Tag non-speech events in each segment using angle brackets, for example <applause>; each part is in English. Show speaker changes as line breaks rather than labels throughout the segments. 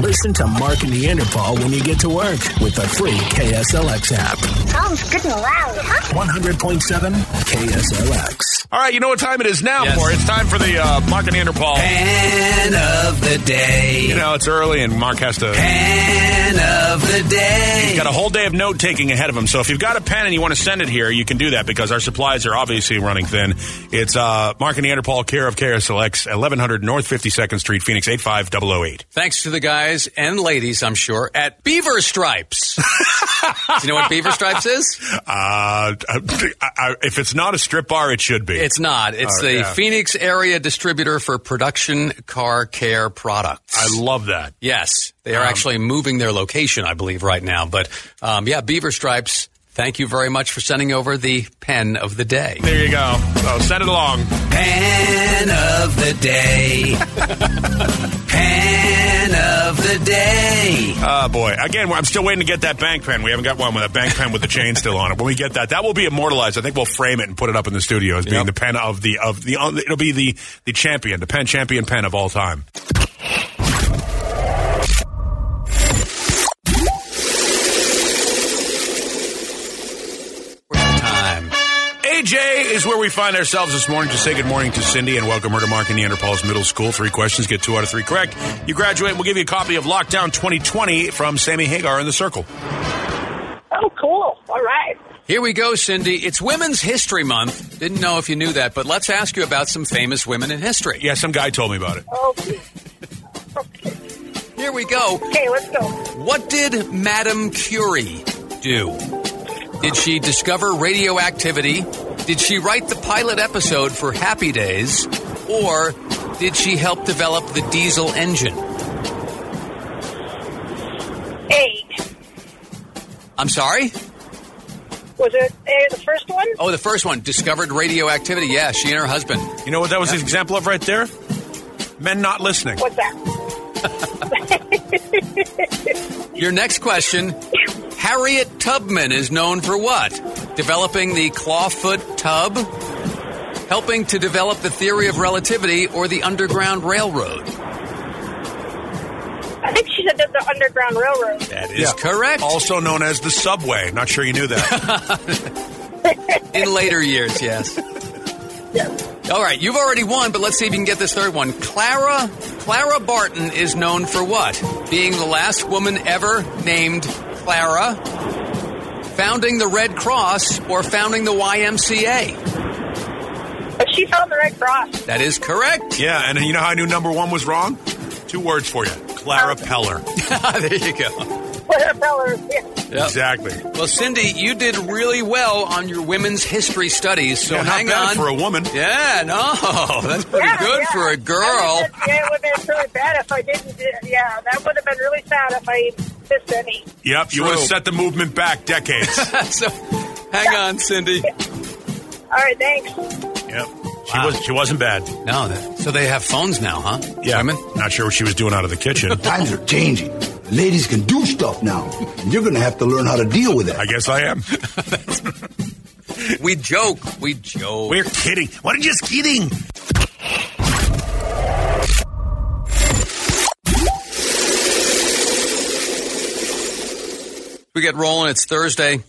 Listen to Mark and Neanderthal when you get to work with the free KSLX app.
Sounds good and loud, huh?
100.7 KSLX.
All right, you know what time it is now
Yes.
for? It's time for the uh, Mark and Neanderthal.
Pan of the
You
day.
know, it's early and Mark has to.
Pan of the day.
Got a whole day of note taking ahead of him. So if you've got a pen and you want to send it here, you can do that because our supplies are obviously running thin. It's uh, Mark and Neanderthal, care of KSLX, 1100 North 52nd Street, Phoenix 85008.
Thanks to the guys and ladies, I'm sure, at Beaver Stripes. Do you know what Beaver Stripes is?
Uh, I, I, if it's not a strip bar, it should be.
It's not. It's
Oh,
the
yeah.
Phoenix area distributor for production car care products.
I love that.
Yes, they are
Um,
actually moving their location, I believe, right now. But um, yeah, Beaver Stripes. Thank you very much for sending over the pen of the day.
There you go. So send it along.
Pen of the <laughs> day. pen of the day.
Oh, boy. Again, I'm still waiting to get that bank pen. We haven't got one with a bank pen with the chain still on it. When we get that, that will be immortalized. I think we'll frame it and put it up in the studio as being
Yep.
the pen of the, of the, it'll be the, the champion, the pen champion pen of all time.
Time.
AJ is where we find ourselves this morning to say good morning to Cindy and welcome her to Mark and Neanderthals Middle School. Three questions, get two out of three correct. You graduate, and we'll give you a copy of Lockdown 2020 from Sammy Hagar in the Circle.
Oh, cool. All right.
Here we go, Cindy. It's Women's History Month. Didn't know if you knew that, but let's ask you about some famous women in history.
Yeah, some guy told me about it.
Oh,
Here we go.
okay, let's go.
What did Madame Curie do? Did she discover radioactivity? Did she write the pilot episode for Happy Days? Or did she help develop the diesel engine?
Eight.
I'm sorry?
Was it A, the first one?
Oh, the first one, discovered radioactivity. Yeah, she and her husband.
You know what that was an example of right there? Men not listening.
What's that?
Your next question Harriet Tubman is known for what? Developing the clawfoot tub? Helping to develop the theory of relativity or the Underground Railroad?
I think she said that the Underground Railroad.
That is correct.
Also known as the subway. Not sure you knew
<laughs>
that.
In later years, yes. All right, you've already won, but let's see if you can get this third one. Clara Clara Barton is known for what? Being the last woman ever named Clara, founding the Red Cross, or founding the YMCA.
But she found the Red Cross. <laughs>
That is correct. <laughs>
yeah, and you know how I knew number one was wrong? Two words for you Clara Peller.
there you go.
What a feller. Yeah.
Yep.
Exactly.
Well, Cindy, you did really well on your women's history studies, so
Yeah, not
hang
bad
on.
for a woman.
yeah, no, <laughs> that's pretty
Yeah,
good
yeah.
for a
I <laughs>
girl. <laughs>
would've been- yeah, it would have been really bad if I didn't. do- Yeah, that would have been really sad if I missed any.
Yep, you would have
True.
set the movement back
<laughs>
decades.
so, hang on, Cindy.
All right, thanks.
yep. She,
Wow.
was, she wasn't bad.
No, that, so they have phones now, huh?
Yeah.
Women?
Not sure what she was doing out of the
<laughs>
kitchen.
Times are changing. Ladies can do stuff now. And you're going to have to learn how to deal with it.
I guess I am.
We joke. We joke.
We're kidding. What are you just kidding?
we get rolling. It's Thursday.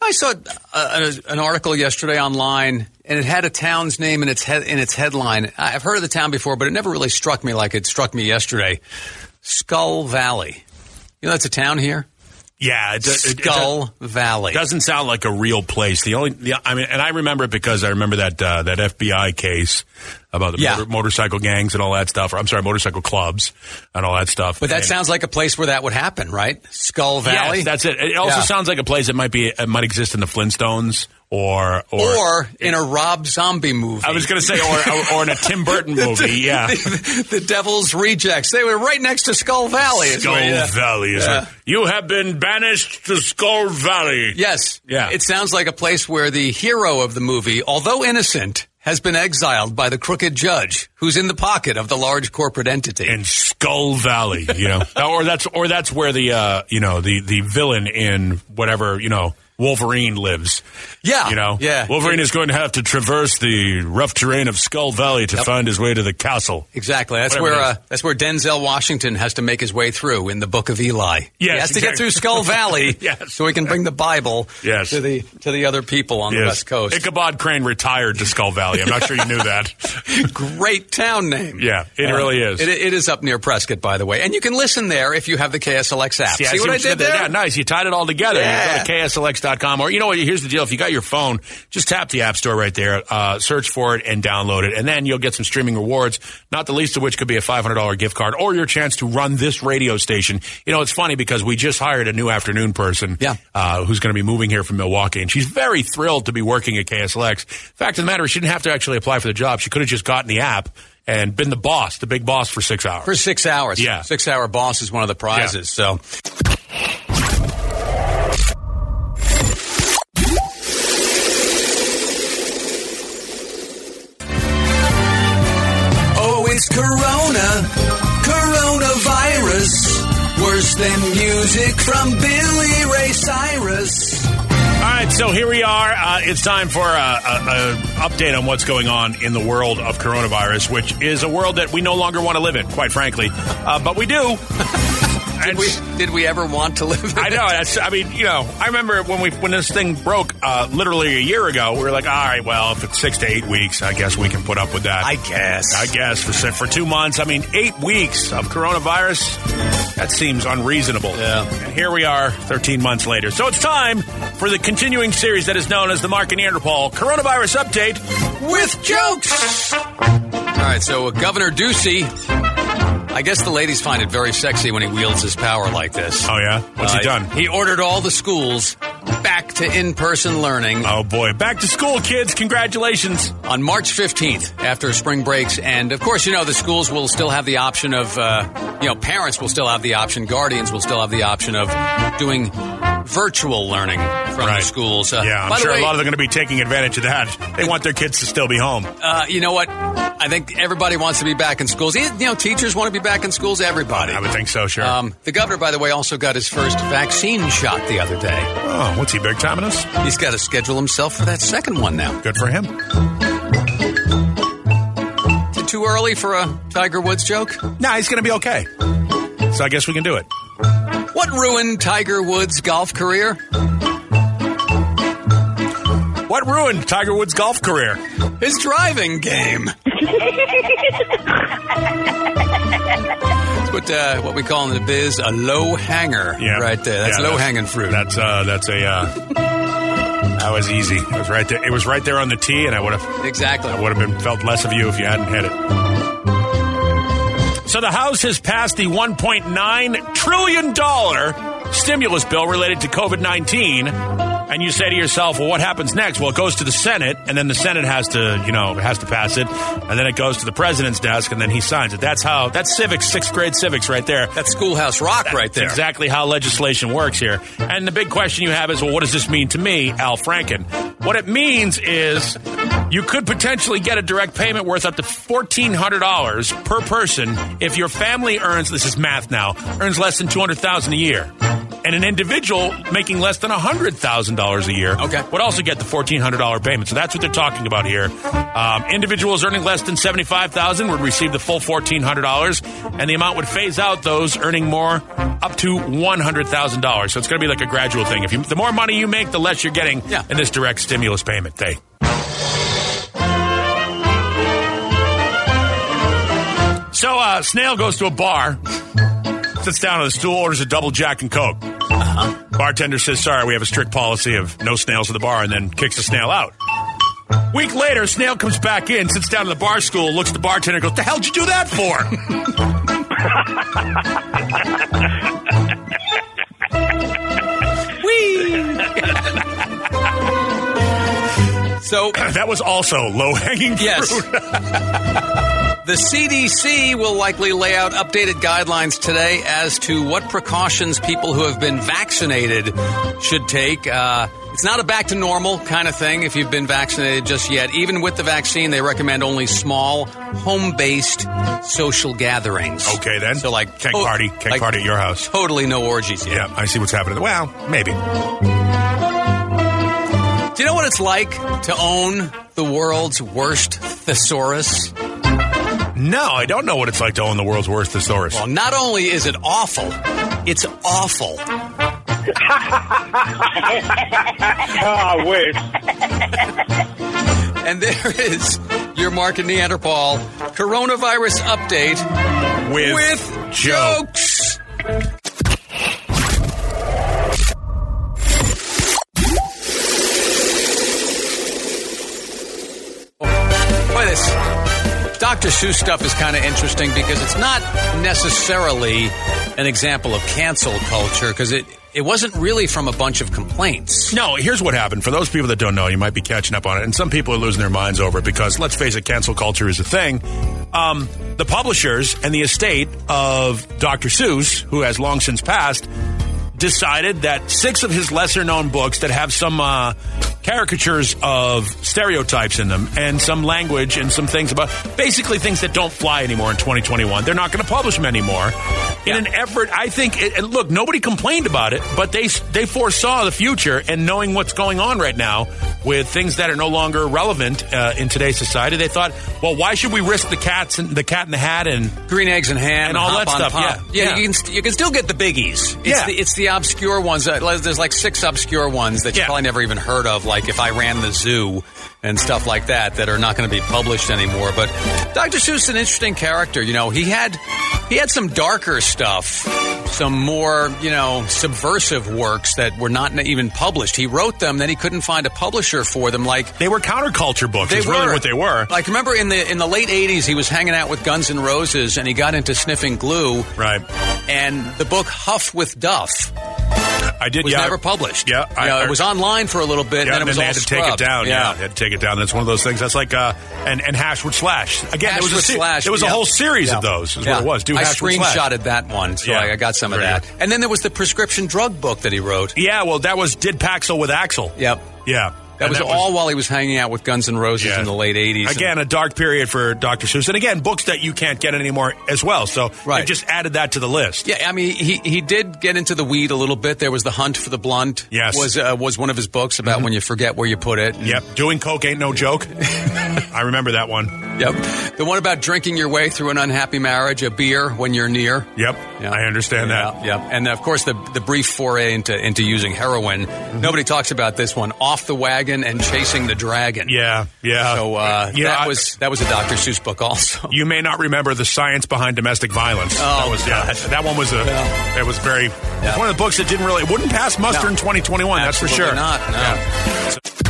I saw uh, an article yesterday online, and it had a town's name in its head in its headline. I- I've heard of the town before, but it never really struck me like it struck me yesterday. Skull Valley. You know that's a town here.
Yeah, it, it- it- it
Skull Valley.
doesn't sound like a real place. The only, the, I mean, and I remember it because I remember that uh, that FBI case about the
Yeah.
motor, motorcycle gangs and all that stuff. Or, I'm sorry, motorcycle clubs and all that stuff.
but that
And-
sounds like a place where that would happen, right? Skull Valley.
Yes, that's it. It also
Yeah.
sounds like a place that might be it might exist in the Flintstones or or.
or in a Rob Zombie movie.
I
<laughs>
was going to say, or, or, or in a Tim Burton movie, yeah.
the Devil's Rejects. They were right next to Skull Valley. is
Skull
where you-
Valley. Is
Yeah.
it? You have been banished to Skull Valley.
Yes.
Yeah.
It sounds like a place where the hero of the movie, although innocent, has been exiled by the crooked judge who's in the pocket of the large corporate entity.
in Skull <laughs> Valley, you know, or that's or that's where the uh, you know the the villain in whatever you know Wolverine lives.
Yeah,
You know?
Ah, yeah.
Wolverine is going to have to traverse the rough terrain of Skull Valley to find his way to the castle.
Exactly. That's
Whatever it
where uh,
is.
that's where Denzel Washington has to make his way through in the Book of Eli. he
Yes,
has to get
exactly.
through
<laughs>
Skull Valley
Yes.
so he can bring the Bible
Yes.
to the to the other people on the West Coast.
Ichabod Crane retired to Skull Valley. I'm not sure you knew
<laughs>
that.
Great town name. Uh,
Yeah, it really is.
It, it is up near Prescott, by the way, and you can listen there if you have the KSLX app.
See, I
what I
you
did there?
Yeah, nice. You tied it all together. You
Yeah.
go to KSLX.com. Or, you know what? Here's the deal. If you got your phone, just tap the App Store right there, uh, search for it, and download it. And then you'll get some streaming rewards, not the least of which could be a $500 gift card or your chance to run this radio station. You know, it's funny because we just hired a new afternoon person
Yeah.
uh, who's going to be moving here from Milwaukee. And she's very thrilled to be working at KSLX. Fact of the matter is, she didn't have to actually apply for the job. She could have just gotten the app and been the boss, the big boss for six hours.
For six hours.
Yeah.
Six hour boss is one of the prizes. So Oh, it's Corona, coronavirus, worse than music from Billy Ray Cyrus.
All right, so here we are. Uh, it's time for an update on what's going on in the world of coronavirus, which is a world that we no longer want to live in, quite frankly. Uh, but we do. <laughs> And
We, did we ever want to live? in
I
it?
know. That's, I mean, you know, I remember when we when this thing broke uh, literally a year ago. We were like, all right, well, if it's six to eight weeks, I guess we can put up with that.
I guess.
I guess for for two months. I mean, eight weeks of coronavirus. That seems unreasonable.
Yeah.
And here we are, 13 months later. So it's time for the continuing series that is known as the Mark and Neanderthal Coronavirus Update.
with jokes. All right, so uh, Governor Ducey, I guess the ladies find it very sexy when he wields his power like this.
Oh yeah, what's
Uh,
he done?
He ordered all the schools back to in-person learning
Oh boy, back to school, kids! Congratulations.
on March 15th after spring breaks, and of course, you know the schools will still have the option of, uh, you know, parents will still have the option, guardians will still have the option of doing virtual learning from the
Right.
schools. Uh,
Yeah,
by
I'm
the
sure
way-
a lot of them are going to be taking advantage of that. They want their kids to still be home.
Uh, you know what? I think everybody wants to be back in schools. You know, teachers want to be back in schools. Everybody.
I would think so, sure.
Um, the governor, by the way, also got his first vaccine shot the other day.
oh, what's he big timing us?
He's got to schedule himself for that second one now.
Good for him.
Is it too early for a Tiger Woods joke?
Nah, he's going to be okay. So I guess we can do it.
What ruined Tiger Woods' golf career?
What ruined Tiger Woods' golf career?
His driving game. That's what uh, what we call in the biz a low hanger. Right there. That's
Yeah,
low hanging fruit.
That's uh, that's a. Uh, that was easy. It was right there. It was right there on the tee, and I would have
exactly.
I would have been felt less of you if you hadn't hit it. So the House has passed the 1.9 trillion dollar stimulus bill related to COVID 19. And you say to yourself, well, what happens next? Well, it goes to the Senate, and then the Senate has to, you know, has to pass it, and then it goes to the president's desk, and then he signs it. That's how, that's civics, sixth grade civics right there.
That's schoolhouse rock right there.
That's exactly how legislation works here. And the big question you have is, well, what does this mean to me, Al Franken? What it means is you could potentially get a direct payment worth up to $1,400 per person if your family earns, this is math now, earns less than 200000 a year. And an individual making less than $100,000 a year
Okay.
would also get the $1,400 payment. So that's what they're talking about here. Um, individuals earning less than $75,000 would receive the full $1,400, and the amount would phase out those earning more up to $100,000. So it's going to be like a gradual thing. If you, The more money you make, the less you're getting
Yeah.
in this direct stimulus payment thing. So uh, Snail goes to a bar, sits down on a stool, orders a double Jack and Coke. Bartender says, sorry, we have a strict policy of no snails at the bar, and then kicks the snail out. Week later, snail comes back in, sits down in the bar stool, looks at the bartender, and goes, the hell'd you do that for? <laughs>
<laughs> So
that was also low-hanging
Yes.
fruit.
The CDC will likely lay out updated guidelines today as to what precautions people who have been vaccinated should take. Uh, it's not a back to normal kind of thing if you've been vaccinated just yet. Even with the vaccine, they recommend only small, home based social gatherings.
Okay, then.
So, like,
Can't
to-
party. Can't
like,
party at your house.
Totally no orgies yet.
Yeah, I see what's happening. Well, maybe.
Do you know what it's like to own the world's worst thesaurus?
No, I don't know what it's like to own the world's worst thesaurus.
Well, not only is it awful, it's awful.
<laughs> I wish.
And there is your Mark and Neanderthal coronavirus update
with,
with Oh,
Joe.
jokes. Boy, this Dr. Seuss stuff is kind of interesting because it's not necessarily an example of cancel culture because it, it wasn't really from a bunch of complaints.
No, here's what happened. For those people that don't know, you might be catching up on it, and some people are losing their minds over it because, let's face it, cancel culture is a thing. Um, the publishers and the estate of Dr. Seuss, who has long since passed, decided that six of his lesser known books that have some uh, caricatures of stereotypes in them and some language and some things about basically things that don't fly anymore in 2021, they're not going to publish them anymore. In an effort, I think, it, and look, nobody complained about it, but they they foresaw the future and knowing what's going on right now with things that are no longer relevant uh, in today's society, they thought, well, why should we risk the cats and the cat in the hat and
Green eggs and ham
And all
Hop
that
on
stuff,
Pop.
yeah. Yeah.
You, can, st- you can still get the biggies. It's
Yeah.
the, it's the obscure ones. That, there's like six obscure ones that you
Yeah.
probably never even heard of, like if I ran the zoo and stuff like that, that are not going to be published anymore. But Dr. Seuss, an interesting character. You know, he had he had some darker stuff, some more you know subversive works that were not even published. He wrote them, then he couldn't find a publisher for them. Like
they were counterculture books? is really what they were.
like remember in the in the late '80s, he was hanging out with Guns N' Roses, and he got into sniffing glue.
Right.
And the book Huff with Duff
I did.
was
yeah,
never published.
Yeah,
You know, it was online for a little bit,
Yeah,
and then it was
they
all
had to take it
scrubbed.
down. Yeah. they had to take it down. That's one of those things. That's like uh, and and Hashwood Slash again.
Hash
there was a
with Slash,
There was
yeah.
a whole series
Yeah.
of those. Is
Yeah.
what it was. Do
I
Hashwood Slash.
screenshotted that one, so
Yeah.
I, I got some of
Very
that.
good.
And then there was the prescription drug book that he wrote.
Yeah, well, that was did Paxil with Axel.
Yep.
Yeah,
That
And
was all while he was hanging out with Guns N' Roses
Yeah.
in the late '80s. and-
Again, a dark period for Dr. Seuss, and again, books that you can't get anymore as well. So
Right.
I just added that to the list.
Yeah, I mean, he, he did get into the weed a little bit. There was the hunt for the blunt.
Yes. Mm-hmm.
was uh, was one of his books about when you forget where you put it. And-
Yep, doing coke ain't no
<laughs>
joke. I remember that one.
Yep. The one about drinking your way through an unhappy marriage, a beer when you're near.
Yep,
Yeah.
I understand that.
Yeah, yeah. And of course, the the brief foray into into using heroin.
Mm-hmm.
Nobody talks about this one. Off the wagon and chasing the dragon.
Yeah, yeah.
So uh,
You know,
that
I-
was that was a Dr. Seuss book also.
You may not remember the science behind domestic violence.
Oh,
that was yeah,
God.
that one was a
Yeah.
that was very it's one of the books that didn't really it wouldn't pass muster
No.
in 2021. that's for sure.
Absolutely Not. No.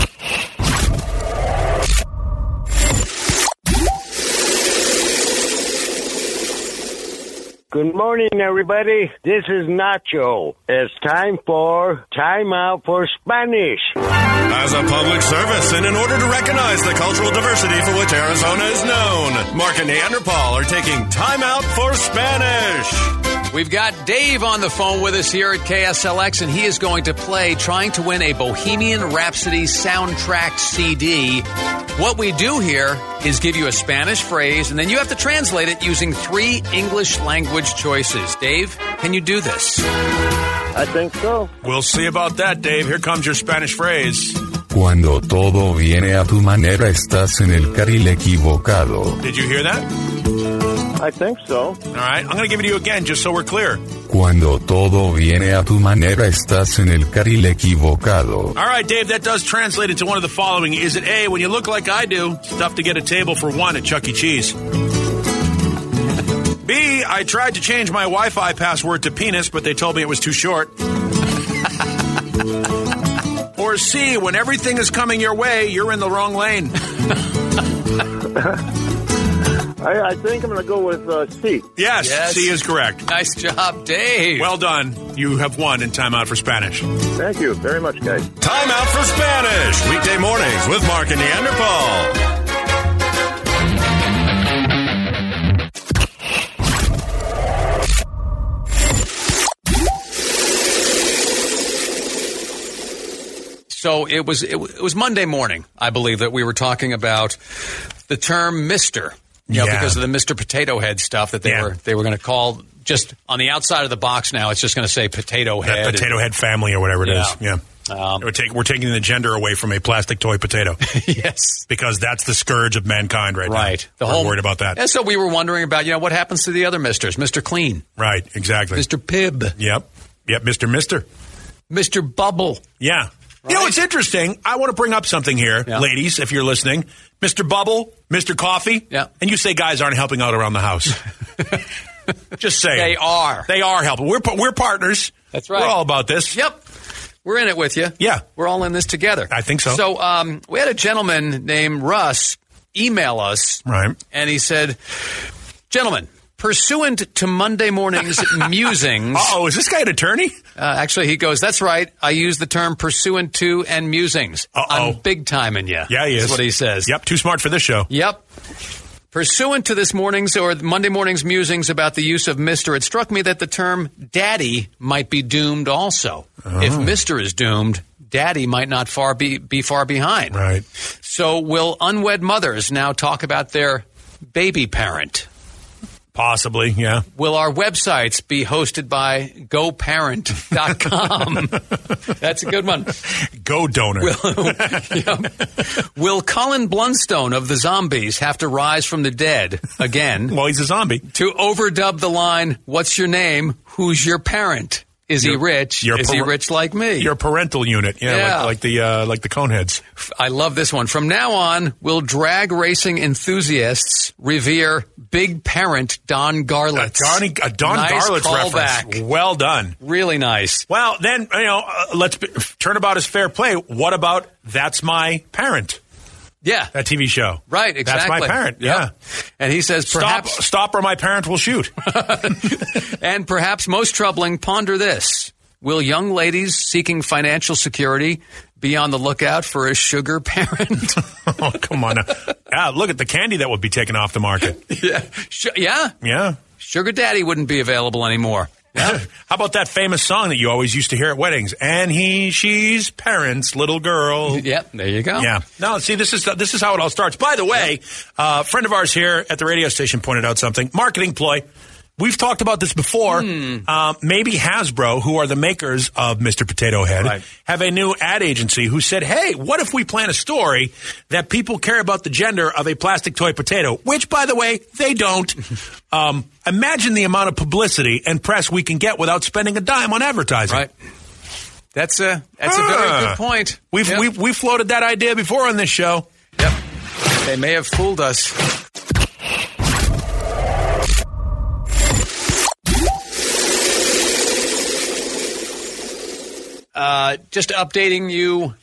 Good morning, everybody. This is Nacho. It's time for time out for Spanish.
As a public service, and in order to recognize the cultural diversity for which Arizona is known, Mark and Neanderthal are taking time out for Spanish.
We've got Dave on the phone with us here at KSLX, and he is going to play trying to win a Bohemian Rhapsody soundtrack CD. What we do here is give you a Spanish phrase, and then you have to translate it using three English language choices. Dave, can you do this?
I think so.
We'll see about that, Dave. Here comes your Spanish phrase.
Cuando todo viene a tu manera estás en el carril equivocado.
Did you hear that?
I think
All
so.
right, I'm going to give it to you again, just so we're clear.
Cuando todo viene a tu manera estás en el carril equivocado.
All right, Dave, that does translate into one of the following. Is it A, when you look like I do, it's tough to get a table for one at Chuck E. Cheese? B, I tried to change my Wi Fi password to penis, but they told me it was too
<laughs>
short. or C, when everything is coming your way, you're in the wrong lane.
I, I think I'm going to go with uh, C.
Yes,
Yes.
C is correct.
Nice job, Dave.
Well done. You have won in timeout for Spanish.
Thank you very much, guys.
Time out for Spanish, weekday mornings with Mark and Neanderthal.
So it was it, wa- it was Monday morning, I believe, that we were talking about the term Mister. You know,
Yeah.
because of the Mister Potato Head stuff that they
Yeah.
were they were going to call just on the outside of the box. Now it's just going to say Potato Head.
That potato head family or whatever it is.
Yeah. Um,
Yeah. We're, take, we're taking the gender away from a plastic toy
<laughs>
potato
<laughs> yes.
because that's the scourge of mankind right,
Right.
now. we're worried about that.
And so we were wondering about, you know, what happens to the other misters? Mr. Clean,
Right, exactly.
Mr. Pibb,
Yep. Yep, Mr. Mister.
Mr. Bubble.
Yeah. You know, it's interesting. I want to bring up something here,
Yeah.
ladies, if you're listening. Mr. Bubble, Mr. Coffee.
Yeah.
And you say guys aren't helping out around the
<laughs>
house. Just saying.
They are.
They are helping. We're, pa- we're partners.
That's right.
We're all about this.
Yep. We're in it with you.
Yeah.
We're all in this together.
I think so.
So um, we had a gentleman named Russ email us.
Right.
And he said, Gentlemen, pursuant to Monday morning's
<laughs>
musings.
Uh oh, is this guy an attorney?
Uh, actually, he goes, That's right. I use the term pursuant to and musings.
Uh-oh.
I'm big time in you.
Yeah, he is.
That's what he says.
Yep, too smart for this show.
Yep. Pursuant to this morning's or Monday morning's musings about the use of Mr., it struck me that the term daddy might be doomed also.
Oh.
If Mr. is doomed, daddy might not far be, be far behind.
Right.
So will unwed mothers now talk about their baby parent?
Possibly, yeah.
Will our websites be hosted by
<laughs>
goparent.com? That's a good one.
Go donor.
<laughs> Yep. Will Colin Blunstone of the Zombies have to rise from the dead again?
well, he's a zombie.
to overdub the line, "What's your name? Who's your parent? Is he
Your-
rich?
your
Is he
par-
rich like me?"
Your parental unit, yeah,
Yeah.
Like, like the uh, like the coneheads.
I love this one. From now on, will drag racing enthusiasts revere big parent Don
A
Garlitz?
Donnie, a Don
Nice
Garlitz
callback.
reference. Well done.
Really nice.
Well, then you know, uh, let's be, turnabout is fair play. What about that's my parent?
Yeah.
That TV show,
Right, exactly.
That's my parent.
Yep.
Yeah.
And he says, perhaps
Stop, stop, or my parent will shoot. <laughs>
And perhaps most troubling, ponder this. Will young ladies seeking financial security be on the lookout for a sugar
<laughs>
parent?
oh, come on! Now.
<laughs>
Yeah, look at the candy that would be taken off the market.
yeah. Su- yeah.
Yeah.
Sugar Daddy wouldn't be available anymore.
<laughs> How about that famous song that you always used to hear at weddings? And he, she's parents, little girl.
Yep, there you go.
Yeah. No, see, this is this is how it all starts. By the way, uh, a friend of ours here at the radio station pointed out something. Marketing ploy. We've talked about this before.
Hmm.
Uh, maybe Hasbro, who are the makers of Mr. Potato Head,
Right.
have a new ad agency who said, "Hey, what if we plan a story that people care about the gender of a plastic toy potato?" Which, by the way, they
<laughs>
don't. um, imagine the amount of publicity and press we can get without spending a dime on advertising.
Right. That's a that's a very
Ah.
good point.
We've,
Yep.
we've we floated that idea before on this show.
Yep. They may have fooled us. Uh, just updating you.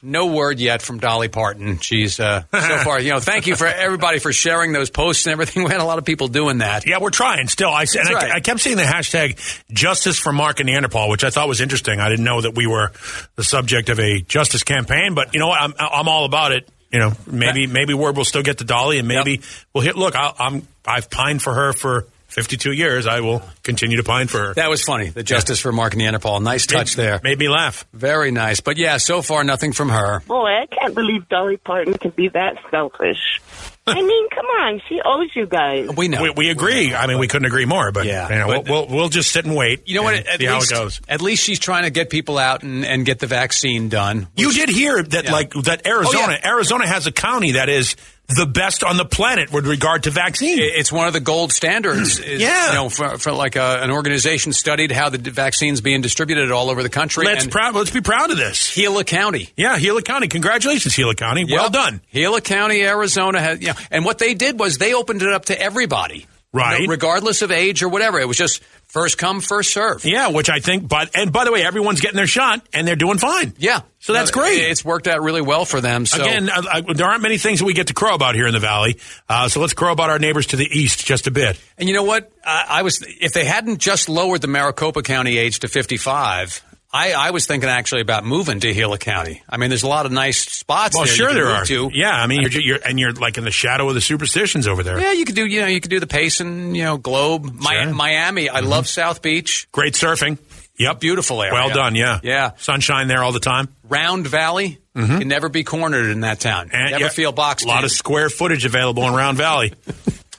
No word yet from Dolly Parton. She's uh, so far, you know. Thank you for everybody for sharing those posts and everything. <laughs> We had a lot of people doing that.
Yeah, we're trying still. I, and I,
right.
I kept seeing the hashtag justice for Mark and Neanderthal, which I thought was interesting. I didn't know that we were the subject of a justice campaign, but you know what? I'm, I'm all about it. You know, maybe maybe word will still get to Dolly, and maybe we'll hit. Look, I, I'm I've pined for her for 52 years. I will continue to pine for her.
That was funny. The justice for Mark Neanderthal. Nice touch
Made-
there.
Made me laugh.
Very nice. But yeah, so far nothing from her.
Boy, I can't believe Dolly Parton can be that
<laughs>
selfish. I mean, come on, she owes you guys.
We know.
We, we agree. I mean, we couldn't agree more. But
Yeah.
you know,
But-
we'll, we'll we'll just sit and wait.
You know what?
and
At
see
least,
how it goes.
At least she's trying to get people out and, and get the vaccine done.
You did hear that,
Yeah.
like that Arizona.
Oh, yeah.
Arizona has a county that is the best on the planet with regard to vaccine.
I- It's one of the gold
<clears throat>
standards. Is,
Yeah.
You know, for, for like a, an organization studied how the d- vaccine's being distributed all over the country.
let's
and
proud. Let's be proud of this.
Gila County.
Yeah, Gila County. Congratulations, Gila County. Well
Yep.
done.
Gila County, Arizona. Has, you know, and what they did was they opened it up to everybody.
Right.
You know, regardless of age or whatever. It was just first come, first serve.
Yeah, which I think. But and by the way, everyone's getting their shot and they're doing fine.
Yeah.
so that's
No,
great.
It's worked out really well for them. So.
Again, uh, uh, there aren't many things that we get to crow about here in the valley. Uh, so let's crow about our neighbors to the east just a bit.
And you know what? I, I was if they hadn't just lowered the Maricopa County age to 55. I, I was thinking actually about moving to Gila County. I mean, there's a lot of nice spots.
Well,
there
sure
you can
there
move
are.
To.
Yeah, I mean, you're, ju- you're and you're like in the shadow of the superstitions over there.
yeah, you could do you know you could do the Payson, you know, Globe, Mi-
Sure. Mm-hmm.
Miami. I love South Beach,
Great surfing. Yep,
Beautiful area.
Well done. Yeah,
Yeah.
Sunshine there all the time.
Round Valley. Can never be cornered in that town.
And,
never
yeah,
feel boxed.
A lot
in. <laughs>
of square footage available in Round Valley.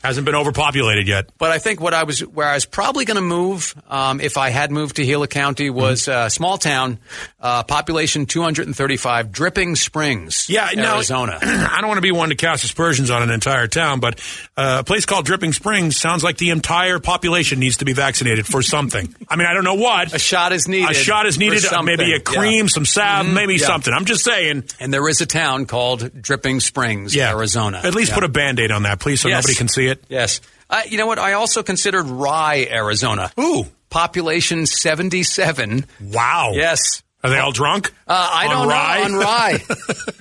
Hasn't been overpopulated yet.
But I think what I was, where I was probably going to move, um, if I had moved to Gila County,
Mm-hmm.
was a small town, uh, population 235, Dripping Springs,
Yeah, no,
Arizona.
<clears throat> I don't want to be one to cast aspersions on an entire town, but uh, a place called Dripping Springs sounds like the entire population needs to be vaccinated for something. I mean, I don't know what.
<laughs> a shot is needed.
A shot is
for
needed. uh,
something.
Maybe a cream,
Yeah. Mm-hmm,
some salve, maybe
yeah.
something. I'm just saying.
And there is a town called Dripping Springs,
Yeah,
Arizona.
At least
Yeah.
put a band aid on that, please, so
Yes.
nobody can see it.
Yes. Uh, you know what? I also considered Rye, Arizona.
Ooh.
Population 77.
Mm. Wow.
Yes.
Are they all drunk?
Uh, I
On
don't
rye?
know. On
<laughs>
Rye.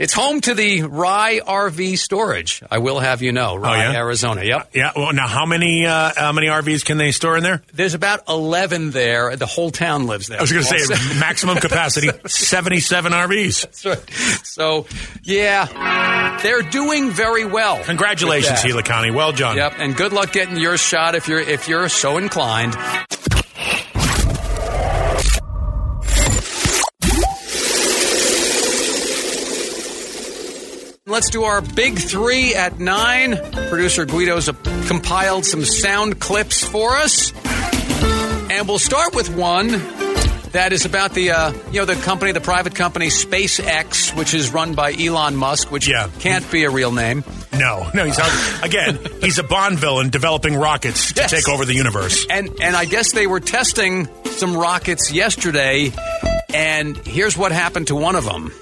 it's home to the Rye RV storage. I will have you know. Rye,
Oh, yeah?
Arizona. Yep.
yeah. Well, now how many uh, how many RVs can they store in there?
There's about 11 there. The whole town lives there.
I was going to say <laughs> maximum capacity seventy seven RVs.
<laughs> so, yeah. They're doing very well.
Congratulations,
With that.
Gila County. Well done.
Yep, and good luck getting your shot if you're if you're so inclined. Let's do our big three at nine. Producer Guido's uh, compiled some sound clips for us, and we'll start with one that is about the uh, you know the company, the private company SpaceX, which is run by Elon Musk, which
Yeah.
can't be a real name.
No, no. He's out. again. He's a Bond villain developing rockets to
Yes.
take over the universe.
And and I guess they were testing some rockets yesterday, and here's what happened to one of them.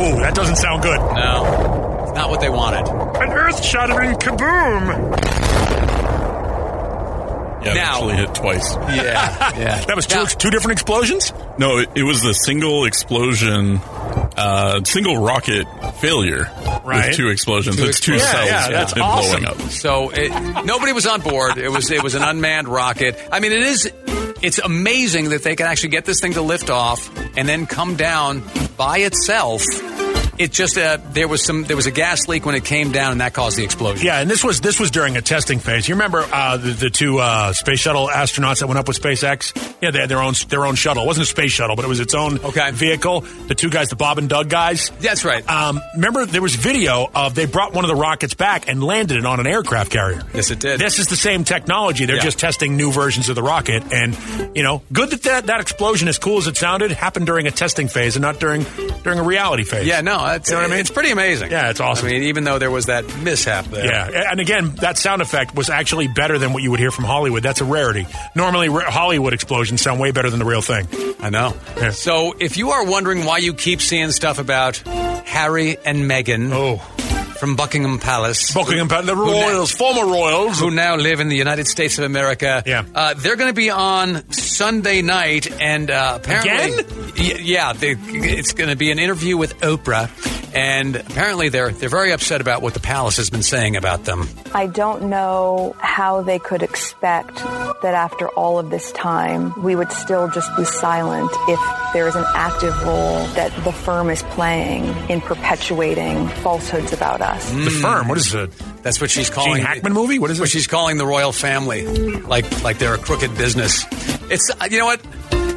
Ooh, that doesn't sound good.
No, it's not what they wanted.
An earth shattering kaboom.
Yeah, it
Now-
actually hit twice. <laughs>
Yeah, yeah.
That was two,
Now-
two different explosions.
No, it, it was the single explosion, uh, single rocket failure
Right.
with two explosions.
Two
it's two
explosions.
cells
Yeah, yeah, that's
and
awesome.
blowing up.
So it, nobody was on board. It was it was an unmanned rocket. I mean, it is. It's amazing that they can actually get this thing to lift off and then come down by itself. It just uh, there was some there was a gas leak when it came down, and that caused the explosion.
Yeah, and this was this was during a testing phase. You remember uh, the, the two uh, space shuttle astronauts that went up with SpaceX? Yeah, they had their own their own shuttle. It wasn't a space shuttle, but it was its own
Okay.
vehicle. The two guys, the Bob and Doug guys.
That's right.
Um, remember, there was video of they brought one of the rockets back and landed it on an aircraft carrier.
Yes, it did.
This is the same technology. They're
Yeah.
just testing new versions of the rocket, and you know, good that, that that explosion, as cool as it sounded, happened during a testing phase and not during during a reality phase.
Yeah, no, that's,
You know what I mean?
It's pretty amazing.
Yeah, it's awesome.
I mean, even though there was that mishap there.
Yeah, and again, that sound effect was actually better than what you would hear from Hollywood. That's a rarity. Normally, re- Hollywood explosions sound way better than the real thing.
I know.
Yeah.
So if you are wondering why you keep seeing stuff about Harry and Meghan
Oh.
from Buckingham Palace,
Buckingham Palace, the
Who now-
royals, former royals.
who now live in the United States of America,
Yeah.
uh, they're going to be on Sunday night, and uh, apparently,
Again?
Y- yeah, they, it's going to be an interview with Oprah, and apparently they're they're very upset about what the palace has been saying about them.
I don't know how they could expect that after all of this time, we would still just be silent if there is an active role that the firm is playing in perpetuating falsehoods about us.
The firm. What is it?
That's what she's calling.
Hackman movie? What is
What
it?
she's calling the royal family, like like they're a crooked business. It's uh, you know what.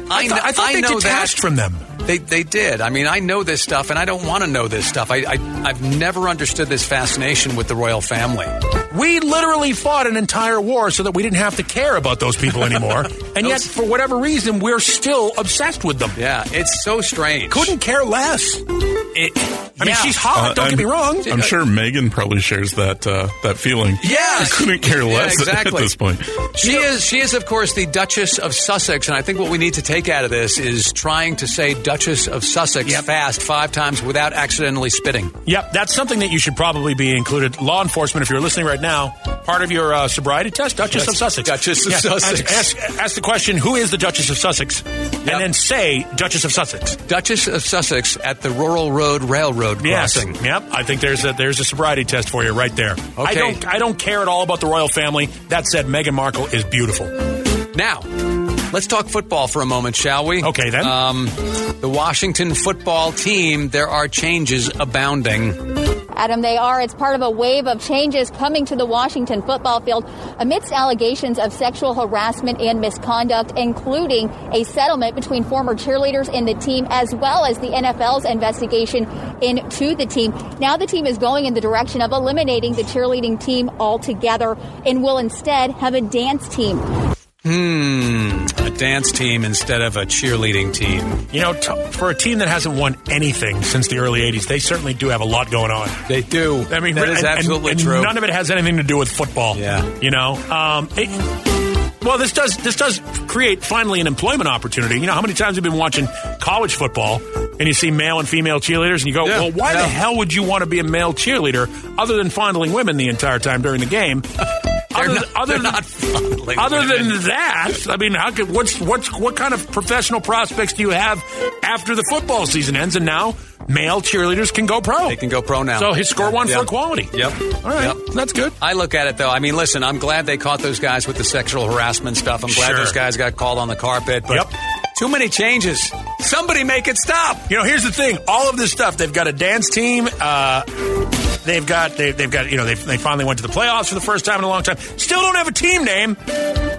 I,
I,
kn-
thought- I thought they
know
detached
that
from them.
they they did. I mean, I know this stuff, and I don't want to know this stuff. I, I I've never understood this fascination with the royal family.
We literally fought an entire war so that we didn't have to care about those people
<laughs>
anymore. and yet, for whatever reason, we're still obsessed with them.
Yeah, it's so strange.
Couldn't care less.
it,
I mean,
yeah.
she's hot.
Uh,
don't
I'm-
get me wrong.
I'm sure Megan probably shares that uh, that feeling.
Yes.
I couldn't care
Yeah,
less
exactly.
at this point.
She is. She is, of course, the Duchess of Sussex, and I think what we need to take out of this is trying to say Duchess of Sussex fast five times without accidentally spitting.
Yep, that's something that you should probably be included. Law enforcement, if you're listening right now, part of your uh, sobriety test, Duchess of Sussex.
Duchess of Sussex.
Ask, ask, ask the question, who is the Duchess of Sussex?
Yep.
And then say Duchess of Sussex.
Duchess of Sussex at the Rural Road Railroad
Yes.
crossing.
Yep. I think there's a there's a sobriety test for you right there. I don't I don't care at all about the royal family. That said, Meghan Markle is beautiful.
Now, let's talk football for a moment, shall we?
Okay, then.
Um, the Washington football team, there are changes abounding.
Adam, they are. It's part of a wave of changes coming to the Washington football field amidst allegations of sexual harassment and misconduct, including a settlement between former cheerleaders and the team, as well as the NFL's investigation into the team. Now the team is going in the direction of eliminating the cheerleading team altogether and will instead have a dance team.
Hmm, a dance team instead of a cheerleading team.
You know, t- for a team that hasn't won anything since the early '80s, they certainly do have a lot going on.
They do.
I mean,
that is
and- and-
absolutely
and
true.
None of it has anything to do with football.
Yeah.
you know. Um, it- well, this does this does create finally an employment opportunity. You know, how many times we've been watching college football and you see male and female cheerleaders, and you go,
Yeah,
"Well, why
yeah.
the hell would you want to be a male cheerleader other than fondling women the entire time during the game?" other
not-
than, <laughs> other than-
<laughs> they're not fondling
other
women.
than that, I mean, how could what's what's what kind of professional prospects do you have after the football season ends? And now male cheerleaders can go pro. They
can go pro now.
So his score one
Yeah.
for equality.
Yep.
All right. That's good.
I look at it though. I mean, listen, I'm glad they caught those guys with the sexual harassment stuff. I'm glad
Sure.
those guys got called on the carpet. But too many changes. Somebody make it stop.
You know, here's the thing. All of this stuff. They've got a dance team. Uh, they've got they, they've got you know they they finally went to the playoffs for the first time in a long time. Still don't have a team name.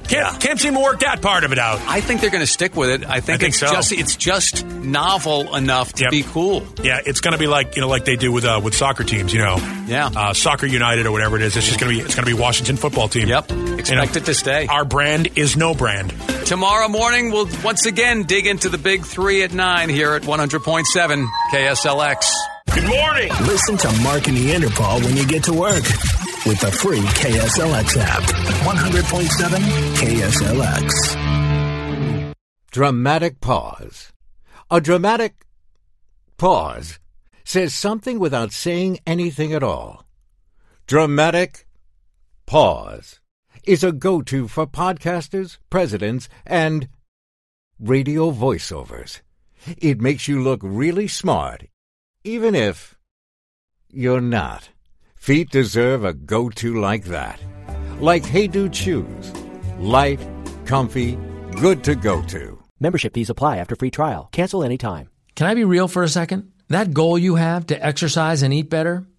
Can't, can't seem to work that part of it out.
I think they're going to stick with it. I think,
think
it's
so.
just it's just novel enough to
Yep.
be cool.
Yeah, it's going to be like you know, like they do with uh, with soccer teams. You know,
Yeah.
uh, soccer United or whatever it is. It's just going to be it's going to be Washington football team.
Yep.
You know,
Expect it to stay.
Our brand is no brand.
Tomorrow morning, we'll once again dig into the big three at nine here at 100.7 KSLX.
Good morning. Listen to Mark and Neanderthal when you get to work with the free KSLX app. 100.7 KSLX.
Dramatic pause. A dramatic pause says something without saying anything at all. Dramatic pause is a go to for podcasters, presidents, and radio voiceovers. It makes you look really smart, even if you're not. Feet deserve a go to like that. Like Hey Dude Shoes. Light, comfy, good to go to.
Membership fees apply after free trial. Cancel anytime.
Can I be real for a second? That goal you have to exercise and eat better,